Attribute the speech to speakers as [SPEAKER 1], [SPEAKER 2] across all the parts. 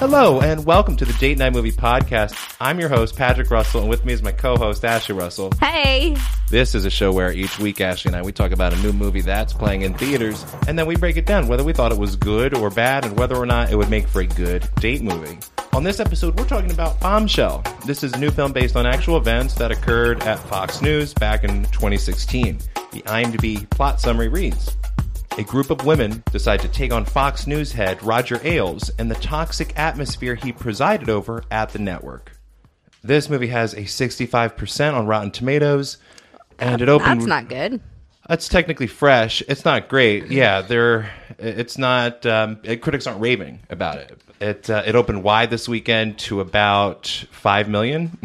[SPEAKER 1] Hello and welcome to the Date Night Movie Podcast. I'm your host, Patrick Russell, and with me is my co-host, Ashley Russell.
[SPEAKER 2] Hey.
[SPEAKER 1] This is a show where each week Ashley and I we talk about a new movie that's playing in theaters, and then we break it down whether we thought it was good or bad and whether or not it would make for a good date movie. On this episode, we're talking about Bombshell. This is a new film based on actual events that occurred at Fox News back in 2016. The IMDb plot summary reads a group of women decide to take on Fox News head Roger Ailes and the toxic atmosphere he presided over at the network. This movie has a 65% on Rotten Tomatoes, and it opened.
[SPEAKER 2] That's not good.
[SPEAKER 1] It's technically fresh. It's not great. Yeah, they're. It's not. Um, eh, critics aren't raving about it. It uh, it opened wide this weekend to about five million,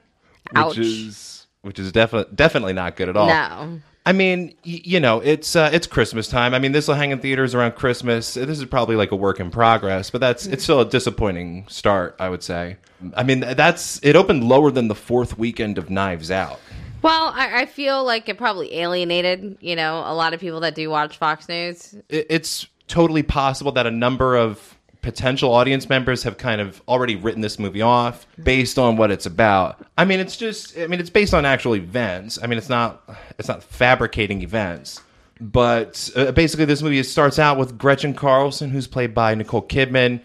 [SPEAKER 2] Ouch.
[SPEAKER 1] which is which is definitely definitely not good at all.
[SPEAKER 2] no.
[SPEAKER 1] I mean, y- you know, it's uh, it's Christmas time. I mean, this will hang in theaters around Christmas. This is probably like a work in progress, but that's it's still a disappointing start, I would say. I mean, that's it opened lower than the fourth weekend of Knives Out.
[SPEAKER 2] Well, I, I feel like it probably alienated, you know, a lot of people that do watch Fox News.
[SPEAKER 1] It, it's totally possible that a number of potential audience members have kind of already written this movie off based on what it's about. I mean, it's just I mean, it's based on actual events. I mean, it's not it's not fabricating events. But uh, basically this movie starts out with Gretchen Carlson who's played by Nicole Kidman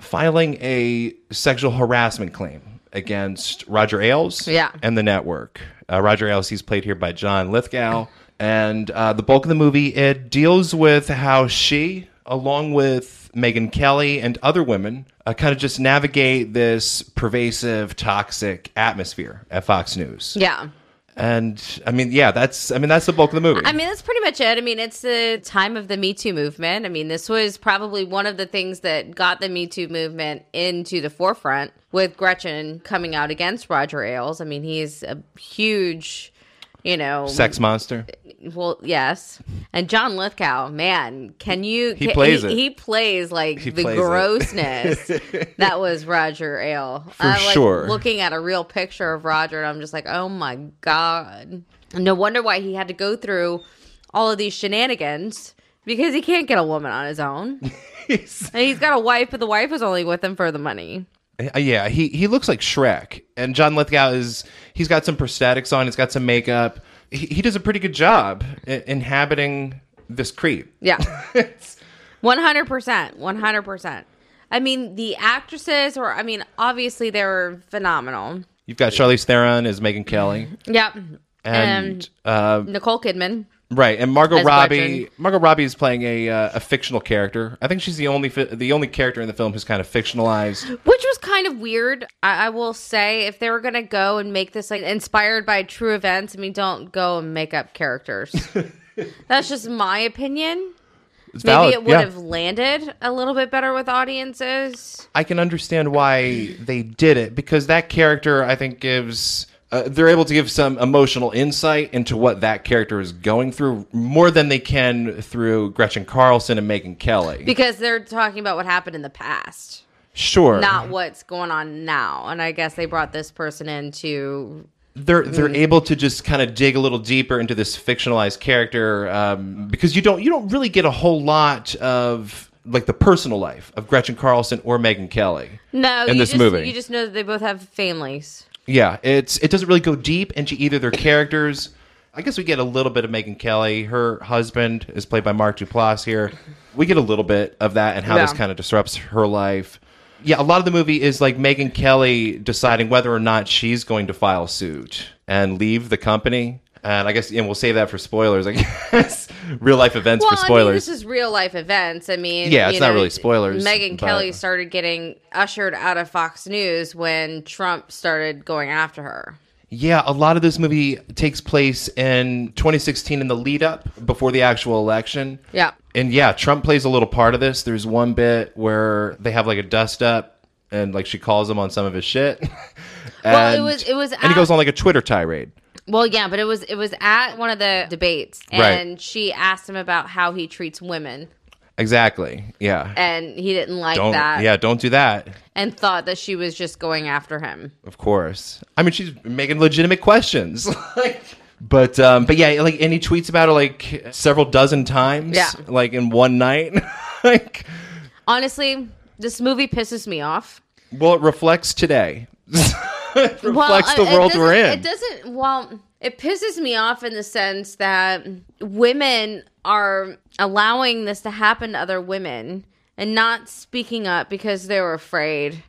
[SPEAKER 1] filing a sexual harassment claim against Roger Ailes
[SPEAKER 2] Yeah.
[SPEAKER 1] and the network. Uh, Roger Ailes, he's played here by John Lithgow. And uh, the bulk of the movie, it deals with how she, along with Megan Kelly and other women, uh, kind of just navigate this pervasive, toxic atmosphere at Fox News.
[SPEAKER 2] Yeah.
[SPEAKER 1] And I mean, yeah, that's I mean that's the bulk of the movie.
[SPEAKER 2] I mean, that's pretty much it. I mean, it's the time of the Me Too movement. I mean, this was probably one of the things that got the Me Too movement into the forefront with Gretchen coming out against Roger Ailes. I mean, he's a huge, you know,
[SPEAKER 1] Sex monster.
[SPEAKER 2] Well, yes. And John Lithgow, man, can you? He
[SPEAKER 1] plays
[SPEAKER 2] he,
[SPEAKER 1] it.
[SPEAKER 2] He plays like the
[SPEAKER 1] plays it.
[SPEAKER 2] grossness that was Roger Ale. For
[SPEAKER 1] sure.
[SPEAKER 2] Looking at a real picture of Roger, and I'm just like, oh my god. No wonder why he had to go through all of these shenanigans because he can't get a woman on his own. and he's got a wife, but the wife was only with him for the money.
[SPEAKER 1] Uh, yeah, he he looks like Shrek, and John Lithgow is he's got some prosthetics on, he's got some makeup. He, he does a pretty good job i- inhabiting this creep.
[SPEAKER 2] Yeah. One hundred percent. One hundred percent. I mean, the actresses were. I mean, obviously they were phenomenal.
[SPEAKER 1] You've got Charlize Theron as Megan Kelly,
[SPEAKER 2] Yep.
[SPEAKER 1] and
[SPEAKER 2] Mm-hmm. And,
[SPEAKER 1] uh,
[SPEAKER 2] Nicole Kidman.
[SPEAKER 1] right, and Margot
[SPEAKER 2] as
[SPEAKER 1] Robbie.
[SPEAKER 2] Gretchen.
[SPEAKER 1] Margot Robbie is playing a uh, a fictional character. I think she's the only fi- the only character in the film who's kind of fictionalized.
[SPEAKER 2] Which was kind of weird. I, I will say, if they were gonna go and make this like inspired by true events, I mean, don't go and make up characters. That's just my opinion.
[SPEAKER 1] It's
[SPEAKER 2] Maybe
[SPEAKER 1] valid,
[SPEAKER 2] it would
[SPEAKER 1] yeah.
[SPEAKER 2] have landed a little bit better with audiences.
[SPEAKER 1] I can understand why they did it because that character, I think, gives uh, they're able to give some emotional insight into what that character is going through more than they can through Gretchen Carlson and Megan Kelly.
[SPEAKER 2] Because they're talking about what happened in the past.
[SPEAKER 1] sure,
[SPEAKER 2] not what's going on now. And I guess they brought this person in to.
[SPEAKER 1] they're they're able to just kind of dig a little deeper into this fictionalized character um, because you don't you don't really get a whole lot of like the personal life of Gretchen Carlson or Megan Kelly.
[SPEAKER 2] No,
[SPEAKER 1] In
[SPEAKER 2] you
[SPEAKER 1] this
[SPEAKER 2] just,
[SPEAKER 1] movie.
[SPEAKER 2] you just know that they both have families.
[SPEAKER 1] Yeah, it's it doesn't really go deep into either their characters. I guess we get a little bit of Megan Kelly. Her husband is played by Mark Duplass here. We get a little bit of that and how this
[SPEAKER 2] Yeah.
[SPEAKER 1] kind of disrupts her life. Yeah, a lot of the movie is like Megan Kelly deciding whether or not she's going to file suit and leave the company. And I guess and we'll save that for spoilers. I guess real life events
[SPEAKER 2] Well,
[SPEAKER 1] for
[SPEAKER 2] I mean,
[SPEAKER 1] spoilers.
[SPEAKER 2] this is real life events. I mean,
[SPEAKER 1] Yeah, it's
[SPEAKER 2] you
[SPEAKER 1] not really spoilers,
[SPEAKER 2] Megan
[SPEAKER 1] but-
[SPEAKER 2] Kelly started getting ushered out of Fox News when Trump started going after her.
[SPEAKER 1] Yeah, a lot of this movie takes place in 2016 in the lead up before the actual election.
[SPEAKER 2] Yeah.
[SPEAKER 1] And yeah, Trump plays a little part of this. There's one bit where they have like a dust up and like she calls him on some of his shit.
[SPEAKER 2] Well, it
[SPEAKER 1] And-
[SPEAKER 2] was- it was
[SPEAKER 1] And he
[SPEAKER 2] at-
[SPEAKER 1] goes on like a Twitter tirade.
[SPEAKER 2] Well, yeah, but it was it was at one of the debates,
[SPEAKER 1] Right.
[SPEAKER 2] and she asked him about how he treats women,
[SPEAKER 1] Exactly. Yeah.
[SPEAKER 2] and he didn't like
[SPEAKER 1] don't
[SPEAKER 2] that,
[SPEAKER 1] yeah, don't do that.
[SPEAKER 2] and thought that she was just going after him.
[SPEAKER 1] Of course. I mean, she's making legitimate questions. like, but um, but yeah, like and he tweets about it like several dozen times.
[SPEAKER 2] Yeah.
[SPEAKER 1] Like in one night. like
[SPEAKER 2] Honestly, This movie pisses me off.
[SPEAKER 1] Well, it reflects today. it reflects the
[SPEAKER 2] uh, it
[SPEAKER 1] world we're
[SPEAKER 2] doesn't-
[SPEAKER 1] in.
[SPEAKER 2] It doesn't. Well, it pisses me off in the sense that women are allowing this to happen to other women and not speaking up because they're afraid,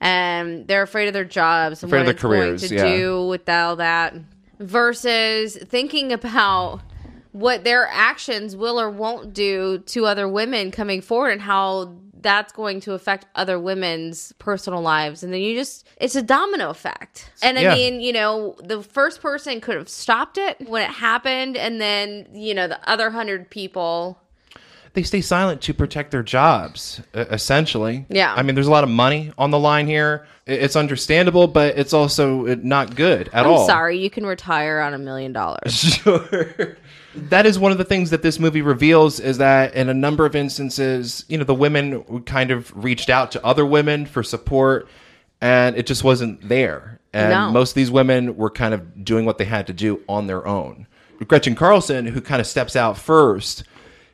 [SPEAKER 2] and they're afraid of their jobs and
[SPEAKER 1] Afraid of
[SPEAKER 2] what
[SPEAKER 1] their careers,
[SPEAKER 2] it's going to
[SPEAKER 1] yeah.
[SPEAKER 2] do with all that, versus thinking about what their actions will or won't do to other women coming forward and how that's going to affect other women's personal lives and then you just it's a domino effect and i
[SPEAKER 1] Yeah.
[SPEAKER 2] mean you know the first person could have stopped it when it happened and then you know the other hundred people
[SPEAKER 1] they stay silent to protect their jobs, e- essentially.
[SPEAKER 2] Yeah.
[SPEAKER 1] I mean, there's a lot of money on the line here. I- It's understandable, but it's also uh, not good at
[SPEAKER 2] i'm
[SPEAKER 1] all.
[SPEAKER 2] sorry you can retire on a million dollars
[SPEAKER 1] Sure. That is one of the things that this movie reveals is that in a number of instances, you know, the women kind of reached out to other women for support and it just wasn't there. And
[SPEAKER 2] No.
[SPEAKER 1] most of these women were kind of doing what they had to do on their own. Gretchen Carlson, who kind of steps out first,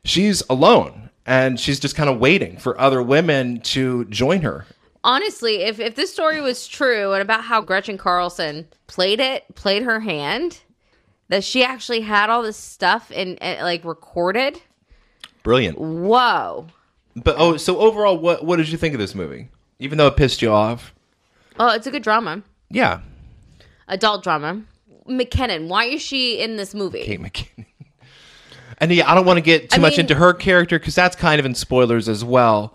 [SPEAKER 1] she's alone and she's just kind of waiting for other women to join her.
[SPEAKER 2] honestly if, if this story was true and about how gretchen carlson played it played her hand that she actually had all this stuff and and, like recorded
[SPEAKER 1] Brilliant.
[SPEAKER 2] whoa
[SPEAKER 1] But oh, so overall what what did you think of this movie? Even though it pissed you off?
[SPEAKER 2] oh it's a good drama
[SPEAKER 1] Yeah.
[SPEAKER 2] adult drama. McKinnon, why is she in this movie?
[SPEAKER 1] Kate McKinnon. And yeah, I don't want to get too
[SPEAKER 2] I
[SPEAKER 1] much
[SPEAKER 2] mean-
[SPEAKER 1] into her character because that's kind of in spoilers as well.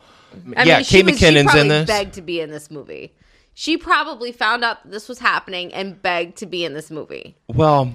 [SPEAKER 2] I
[SPEAKER 1] yeah,
[SPEAKER 2] mean, she
[SPEAKER 1] Kate
[SPEAKER 2] was- she
[SPEAKER 1] McKinnon's in
[SPEAKER 2] probably
[SPEAKER 1] this.
[SPEAKER 2] Begged to be in this movie. She probably found out that this was happening and begged to be in this movie.
[SPEAKER 1] Well,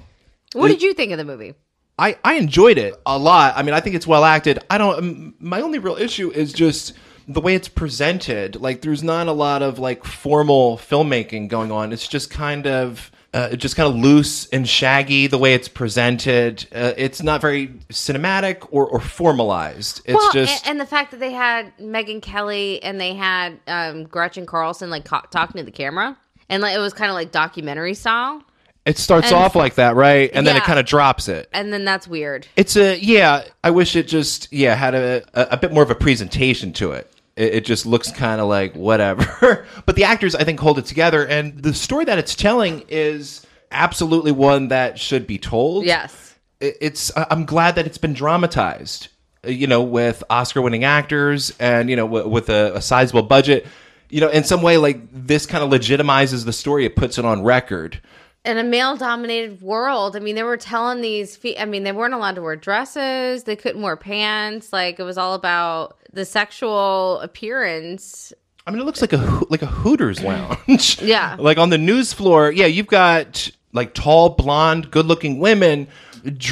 [SPEAKER 2] What did you think of the movie?
[SPEAKER 1] I I enjoyed it a lot. I mean, I think it's well acted. I don't. m- My only real issue is just the way it's presented. Like, there's not a lot of like formal filmmaking going on. It's just kind of. Uh, just kind of loose and shaggy the way it's presented. Uh, it's not very cinematic or, or formalized. It's
[SPEAKER 2] well,
[SPEAKER 1] just
[SPEAKER 2] and, and the fact that they had Megan Kelly and they had um, Gretchen Carlson like co- talking to the camera, and like, it was kind of like documentary style.
[SPEAKER 1] it starts
[SPEAKER 2] and-
[SPEAKER 1] off like that, right? And then it
[SPEAKER 2] Yeah.
[SPEAKER 1] kind of drops it.
[SPEAKER 2] And then that's weird.
[SPEAKER 1] It's a yeah. I wish it just yeah had a a, a bit more of a presentation to it. It, it just looks kind of like whatever. but the actors I think hold it together, and the story that it's telling is absolutely one that should be told.
[SPEAKER 2] Yes.
[SPEAKER 1] It- it's I- I'm glad that it's been dramatized. uh, You know, with Oscar-winning actors, and you know, w- with a, a sizable budget. You know, in some way, like this kind of legitimizes the story. It puts it on record.
[SPEAKER 2] in a male dominated world i mean they were telling these fe- i mean they weren't allowed to wear dresses they couldn't wear pants like it was all about the sexual appearance
[SPEAKER 1] I mean, it looks like a Ho- like a Hooters lounge.
[SPEAKER 2] Yeah.
[SPEAKER 1] like on the news floor. Yeah, you've got like tall, blonde, good-looking women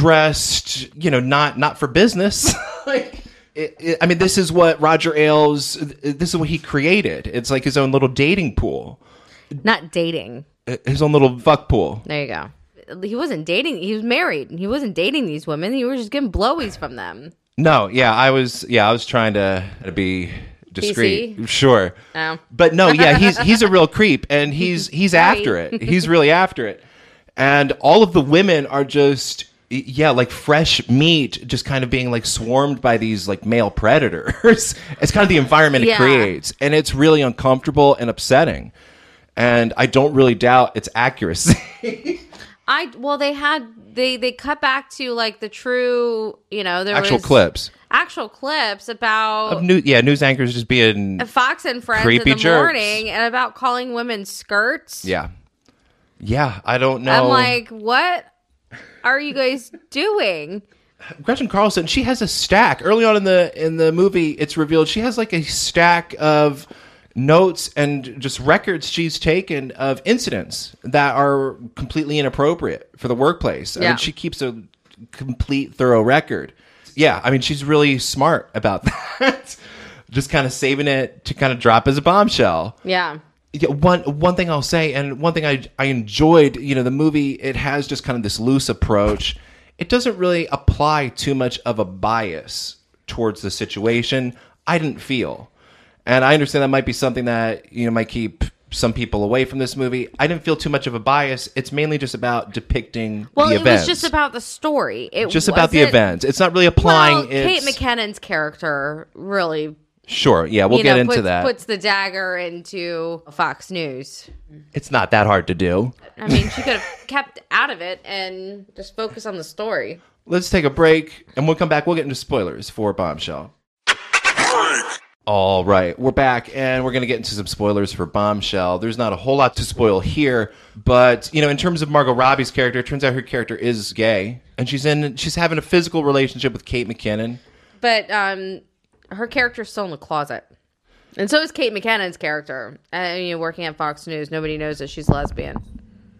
[SPEAKER 1] dressed, you know, not not for business. like, it, it, I mean, this is what Roger Ailes. This is what he created. It's like his own little dating pool,
[SPEAKER 2] not dating
[SPEAKER 1] uh, his own little fuck pool.
[SPEAKER 2] there you go he wasn't dating he was married he wasn't dating these women he was just getting blowies from them
[SPEAKER 1] No, yeah, I was, yeah, I was trying to, to be discreet.
[SPEAKER 2] PC?
[SPEAKER 1] Sure.
[SPEAKER 2] Oh.
[SPEAKER 1] But no, yeah, he's he's a real creep, and he's he's after it. He's really after it, and all of the women are just y- yeah, like fresh meat, just kind of being like swarmed by these like male predators. it's kind of the environment it
[SPEAKER 2] Yeah.
[SPEAKER 1] creates, and it's really uncomfortable and upsetting. And I don't really doubt its accuracy.
[SPEAKER 2] i well they had they they cut back to like the true you know there
[SPEAKER 1] Actual
[SPEAKER 2] was
[SPEAKER 1] clips
[SPEAKER 2] actual clips about
[SPEAKER 1] of new, yeah, news anchors just being
[SPEAKER 2] fox and friends
[SPEAKER 1] Creepy
[SPEAKER 2] in the
[SPEAKER 1] jerks.
[SPEAKER 2] morning and about calling women skirts
[SPEAKER 1] yeah, yeah. I don't know.
[SPEAKER 2] I'm like, what are you guys doing?
[SPEAKER 1] Gretchen Carlson, she has a stack. Early on in the in the movie, it's revealed she has like a stack of notes and just records she's taken of incidents that are completely inappropriate for the workplace. I
[SPEAKER 2] Yeah.
[SPEAKER 1] mean, she keeps a complete thorough record. Yeah, I mean, she's really smart about that. just kind of saving it to kind of drop as a bombshell
[SPEAKER 2] Yeah.
[SPEAKER 1] yeah, one one thing I'll say, and one thing I I enjoyed, you know, the movie it has just kind of this loose approach. It doesn't really apply too much of a bias towards the situation. I didn't feel, and I understand that might be something that you know might keep some people away from this movie. I didn't feel too much of a bias. It's mainly just about depicting
[SPEAKER 2] Well,
[SPEAKER 1] the
[SPEAKER 2] it was
[SPEAKER 1] events,
[SPEAKER 2] just about the story. It
[SPEAKER 1] just about the
[SPEAKER 2] wasn't-
[SPEAKER 1] events. It's not really applying.
[SPEAKER 2] Well, Kate
[SPEAKER 1] its-
[SPEAKER 2] McKinnon's character really
[SPEAKER 1] Sure. Yeah, we'll
[SPEAKER 2] you
[SPEAKER 1] get
[SPEAKER 2] know,
[SPEAKER 1] into
[SPEAKER 2] puts,
[SPEAKER 1] that.
[SPEAKER 2] Puts the dagger into Fox News.
[SPEAKER 1] It's not that hard to do.
[SPEAKER 2] I mean, she could have kept out of it and just focus on the story.
[SPEAKER 1] Let's take a break and we'll come back. We'll get into spoilers for Bombshell. All right, we're back and we're going to get into some spoilers for Bombshell. There's not a whole lot to spoil here, but you know, in terms of Margot Robbie's character, it turns out her character is gay and she's in she's having a physical relationship with Kate McKinnon.
[SPEAKER 2] But um, her character's still in the closet. And so is Kate McKinnon's character. Uh, you know, working at Fox News, nobody knows that she's lesbian.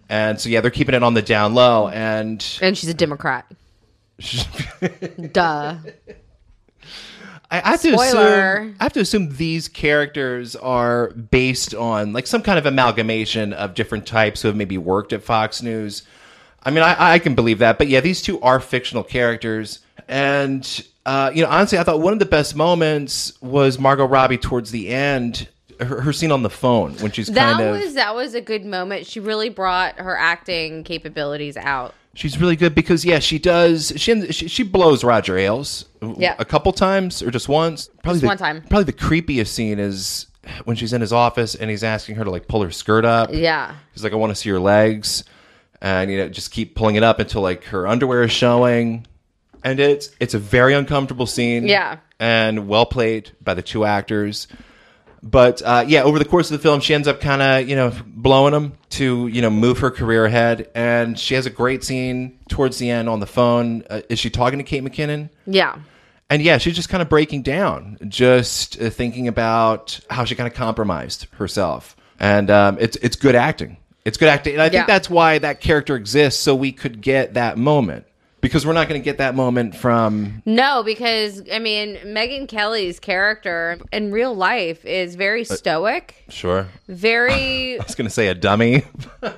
[SPEAKER 1] And so yeah, they're keeping it on the down low and
[SPEAKER 2] And she's a Democrat. Duh.
[SPEAKER 1] I, I have to
[SPEAKER 2] Spoiler.
[SPEAKER 1] assume I have to assume these characters are based on like some kind of amalgamation of different types who have maybe worked at Fox News. I mean, I, I can believe that, but yeah, these two are fictional characters, and uh, you know, honestly, I thought one of the best moments was Margot Robbie towards the end, her, her scene on the phone when she's
[SPEAKER 2] That
[SPEAKER 1] kind of
[SPEAKER 2] was that was a good moment. She really brought her acting capabilities out.
[SPEAKER 1] she's really good because yeah, she does she she, she blows Roger Ailes
[SPEAKER 2] Yeah.
[SPEAKER 1] a couple times or just once. Probably
[SPEAKER 2] Just
[SPEAKER 1] the-
[SPEAKER 2] one time.
[SPEAKER 1] Probably the creepiest scene is when she's in his office and he's asking her to like pull her skirt up.
[SPEAKER 2] Yeah.
[SPEAKER 1] He's like, I want to see your legs, and you know, just keep pulling it up until like her underwear is showing, and it's it's a very uncomfortable scene.
[SPEAKER 2] Yeah.
[SPEAKER 1] and well played by the two actors. But uh, yeah, over the course of the film, she ends up kind of you know blowing him to you know move her career ahead, and she has a great scene towards the end on the phone. Uh, is she talking to Kate McKinnon?
[SPEAKER 2] Yeah.
[SPEAKER 1] And yeah, she's just kind of breaking down, just uh, thinking about how she kind of compromised herself. And um, it's it's good acting. It's good acting, and I think
[SPEAKER 2] Yeah.
[SPEAKER 1] that's why that character exists, so we could get that moment because we're not going to get that moment from
[SPEAKER 2] No, because I mean, Megan Kelly's character in real life is very
[SPEAKER 1] Uh,
[SPEAKER 2] stoic,
[SPEAKER 1] sure. I
[SPEAKER 2] very
[SPEAKER 1] was going to say a dummy.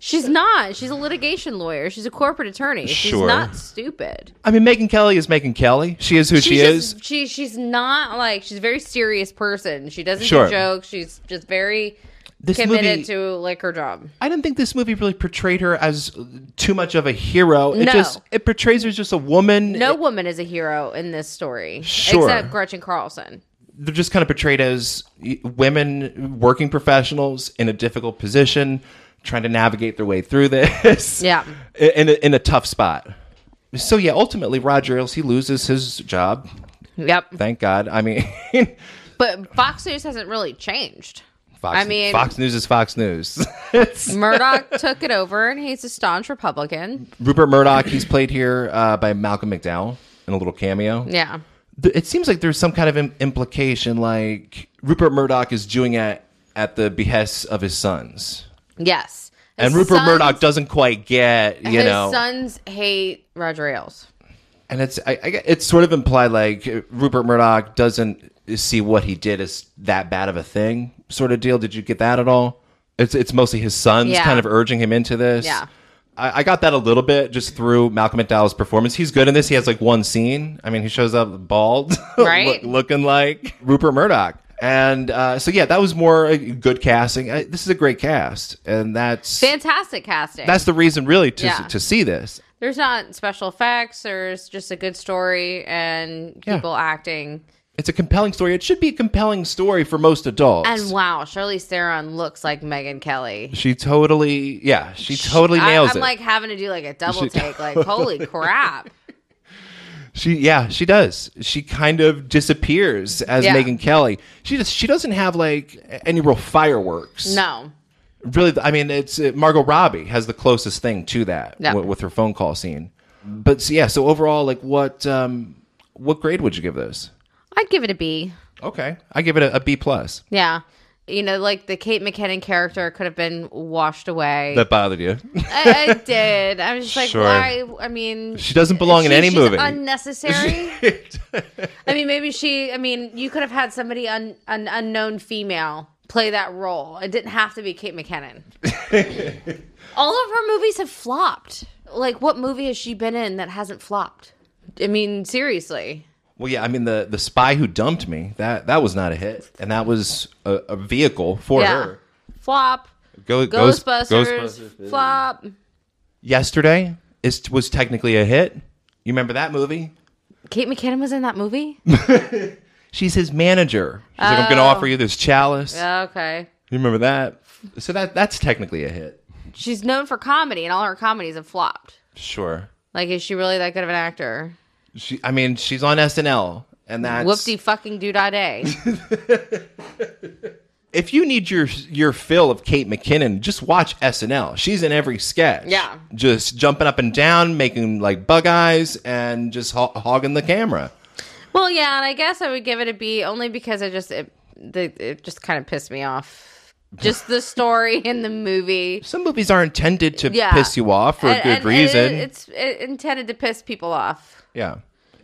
[SPEAKER 2] She's not. She's a litigation lawyer. She's a corporate attorney. She's
[SPEAKER 1] Sure.
[SPEAKER 2] not stupid.
[SPEAKER 1] I mean, Megan Kelly is Megan Kelly. She is who she is.
[SPEAKER 2] just- she she's not like she's a very serious person. She doesn't
[SPEAKER 1] Sure.
[SPEAKER 2] do jokes. She's just very
[SPEAKER 1] This
[SPEAKER 2] committed
[SPEAKER 1] movie-
[SPEAKER 2] to like her job.
[SPEAKER 1] I didn't think this movie really portrayed her as too much of a hero. It
[SPEAKER 2] No.
[SPEAKER 1] just it portrays her as just a woman.
[SPEAKER 2] No woman is a hero in this story.
[SPEAKER 1] Sure.
[SPEAKER 2] Except Gretchen Carlson.
[SPEAKER 1] they're just kind of portrayed as y- women working professionals in a difficult position trying to navigate their way through this
[SPEAKER 2] Yeah.
[SPEAKER 1] in a, in a tough spot so yeah ultimately roger ailes he loses his job
[SPEAKER 2] Yep.
[SPEAKER 1] thank god i mean
[SPEAKER 2] But Fox News hasn't really changed.
[SPEAKER 1] fox,
[SPEAKER 2] I mean-
[SPEAKER 1] fox news is fox news It's-
[SPEAKER 2] Murdoch took it over and he's a staunch Republican.
[SPEAKER 1] rupert murdoch he's played here uh, by malcolm mcdowell in a little cameo
[SPEAKER 2] Yeah.
[SPEAKER 1] Th- it seems like there's some kind of im- implication like rupert murdoch is doing it at the behest of his sons
[SPEAKER 2] Yes. His
[SPEAKER 1] and Rupert
[SPEAKER 2] sons-
[SPEAKER 1] Murdoch doesn't quite get you
[SPEAKER 2] his
[SPEAKER 1] know,
[SPEAKER 2] sons hate Roger Ailes.
[SPEAKER 1] and it's I, I, get- it's sort of implied like uh, Rupert Murdoch doesn't see what he did as that bad of a thing, sort of deal. Did you get that at all? It's it's mostly his sons
[SPEAKER 2] Yeah.
[SPEAKER 1] kind of urging him into this.
[SPEAKER 2] Yeah.
[SPEAKER 1] I, I got that a little bit just through Malcolm McDowell's performance. He's good in this. He has like one scene. I mean, he shows up bald,
[SPEAKER 2] Right.
[SPEAKER 1] look- looking like Rupert Murdoch. And uh, so yeah, that was more uh, good casting. I, this is a great cast, and that's
[SPEAKER 2] Fantastic casting.
[SPEAKER 1] that's the reason really to
[SPEAKER 2] Yeah.
[SPEAKER 1] to see this.
[SPEAKER 2] there's not special effects. There's just a good story and
[SPEAKER 1] Yeah.
[SPEAKER 2] people acting.
[SPEAKER 1] It's a compelling story. It should be a compelling story for most adults.
[SPEAKER 2] And wow, Shirley Theron looks like Megan Kelly.
[SPEAKER 1] she totally, yeah, she totally nails
[SPEAKER 2] I, am
[SPEAKER 1] it.
[SPEAKER 2] like having to do like a double
[SPEAKER 1] She-
[SPEAKER 2] take. Like holy crap!
[SPEAKER 1] she, yeah, she does. She kind of disappears as
[SPEAKER 2] Yeah.
[SPEAKER 1] Megan Kelly. She just, she doesn't have like any real fireworks.
[SPEAKER 2] No,
[SPEAKER 1] really. I mean, it's uh, Margot Robbie has the closest thing to that
[SPEAKER 2] Yeah.
[SPEAKER 1] with, with her phone call scene. But so, yeah, so overall, like, what, um, what grade would you give this?
[SPEAKER 2] I'd give it a B.
[SPEAKER 1] Okay, I give it a, a B plus.
[SPEAKER 2] Yeah, you know, like the Kate McKinnon character could have been washed away.
[SPEAKER 1] That bothered you?
[SPEAKER 2] I, I did. I was just like,
[SPEAKER 1] Sure.
[SPEAKER 2] why? I mean,
[SPEAKER 1] she doesn't belong in
[SPEAKER 2] She-
[SPEAKER 1] any
[SPEAKER 2] she's
[SPEAKER 1] movie.
[SPEAKER 2] Unnecessary. I mean, maybe she. I mean, you could have had somebody un, an unknown female play that role. It didn't have to be Kate McKinnon. All of her movies have flopped. Like, what movie has she been in that hasn't flopped? I mean, seriously.
[SPEAKER 1] Well, yeah, I mean the the spy who dumped me that that was not a hit, and that was a, a vehicle for her.
[SPEAKER 2] Flop.
[SPEAKER 1] Go, Ghost-
[SPEAKER 2] Ghostbusters,
[SPEAKER 1] Ghostbusters.
[SPEAKER 2] flop.
[SPEAKER 1] Yesterday is was technically a hit. You remember that movie?
[SPEAKER 2] Kate McKinnon was in that movie.
[SPEAKER 1] She's his manager. She's like, I'm going to offer you this chalice.
[SPEAKER 2] Okay.
[SPEAKER 1] You remember that? So that that's technically a hit.
[SPEAKER 2] She's known for comedy, and all her comedies have flopped.
[SPEAKER 1] Sure.
[SPEAKER 2] Like, is she really that good of an actor?
[SPEAKER 1] She, I mean, she's on SNL, and that's
[SPEAKER 2] Whoopsie fucking doo da day.
[SPEAKER 1] if you need your your fill of Kate McKinnon, just watch SNL. She's in every sketch.
[SPEAKER 2] Yeah.
[SPEAKER 1] Just jumping up and down, making like bug eyes, and just ho- hogging the camera.
[SPEAKER 2] well, yeah, and I guess I would give it a B only because I just it, the, it just kind of pissed me off. Just the story in the movie.
[SPEAKER 1] Some movies are intended to
[SPEAKER 2] Yeah.
[SPEAKER 1] piss you off for a
[SPEAKER 2] And-
[SPEAKER 1] good
[SPEAKER 2] and- and
[SPEAKER 1] reason.
[SPEAKER 2] it- it's it intended to piss people off.
[SPEAKER 1] yeah.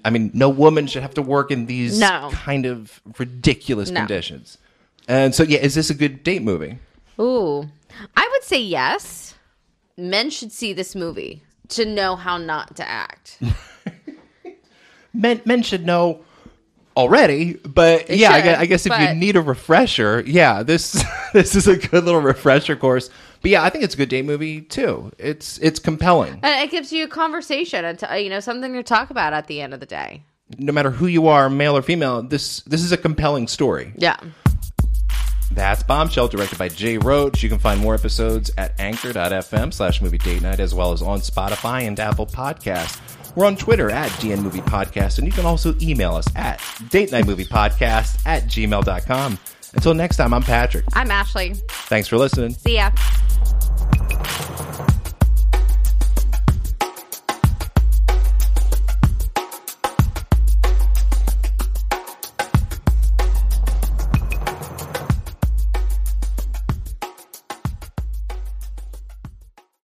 [SPEAKER 1] I mean, no woman should have to work in these
[SPEAKER 2] No.
[SPEAKER 1] kind of ridiculous
[SPEAKER 2] No.
[SPEAKER 1] conditions. And so, yeah, is this a good date movie?
[SPEAKER 2] Ooh, I would say yes. Men should see this movie to know how not to act.
[SPEAKER 1] men men should know already but
[SPEAKER 2] They
[SPEAKER 1] yeah I,
[SPEAKER 2] should,
[SPEAKER 1] guess, I guess if you
[SPEAKER 2] but-
[SPEAKER 1] need a refresher yeah this this is a good little refresher course but yeah i think it's a good date movie too it's it's compelling
[SPEAKER 2] And it gives you a conversation and t- you know something to talk about at the end of the day.
[SPEAKER 1] no matter who you are male or female this this is a compelling story
[SPEAKER 2] Yeah.
[SPEAKER 1] that's bombshell directed by jay roach you can find more episodes at anchor.fm slash movie date night as well as on spotify and apple Podcasts. we're on twitter at dn movie podcast and you can also email us at date night movie podcast at gmail.com until next time i'm patrick
[SPEAKER 2] I'm Ashley.
[SPEAKER 1] Thanks for listening.
[SPEAKER 2] See ya.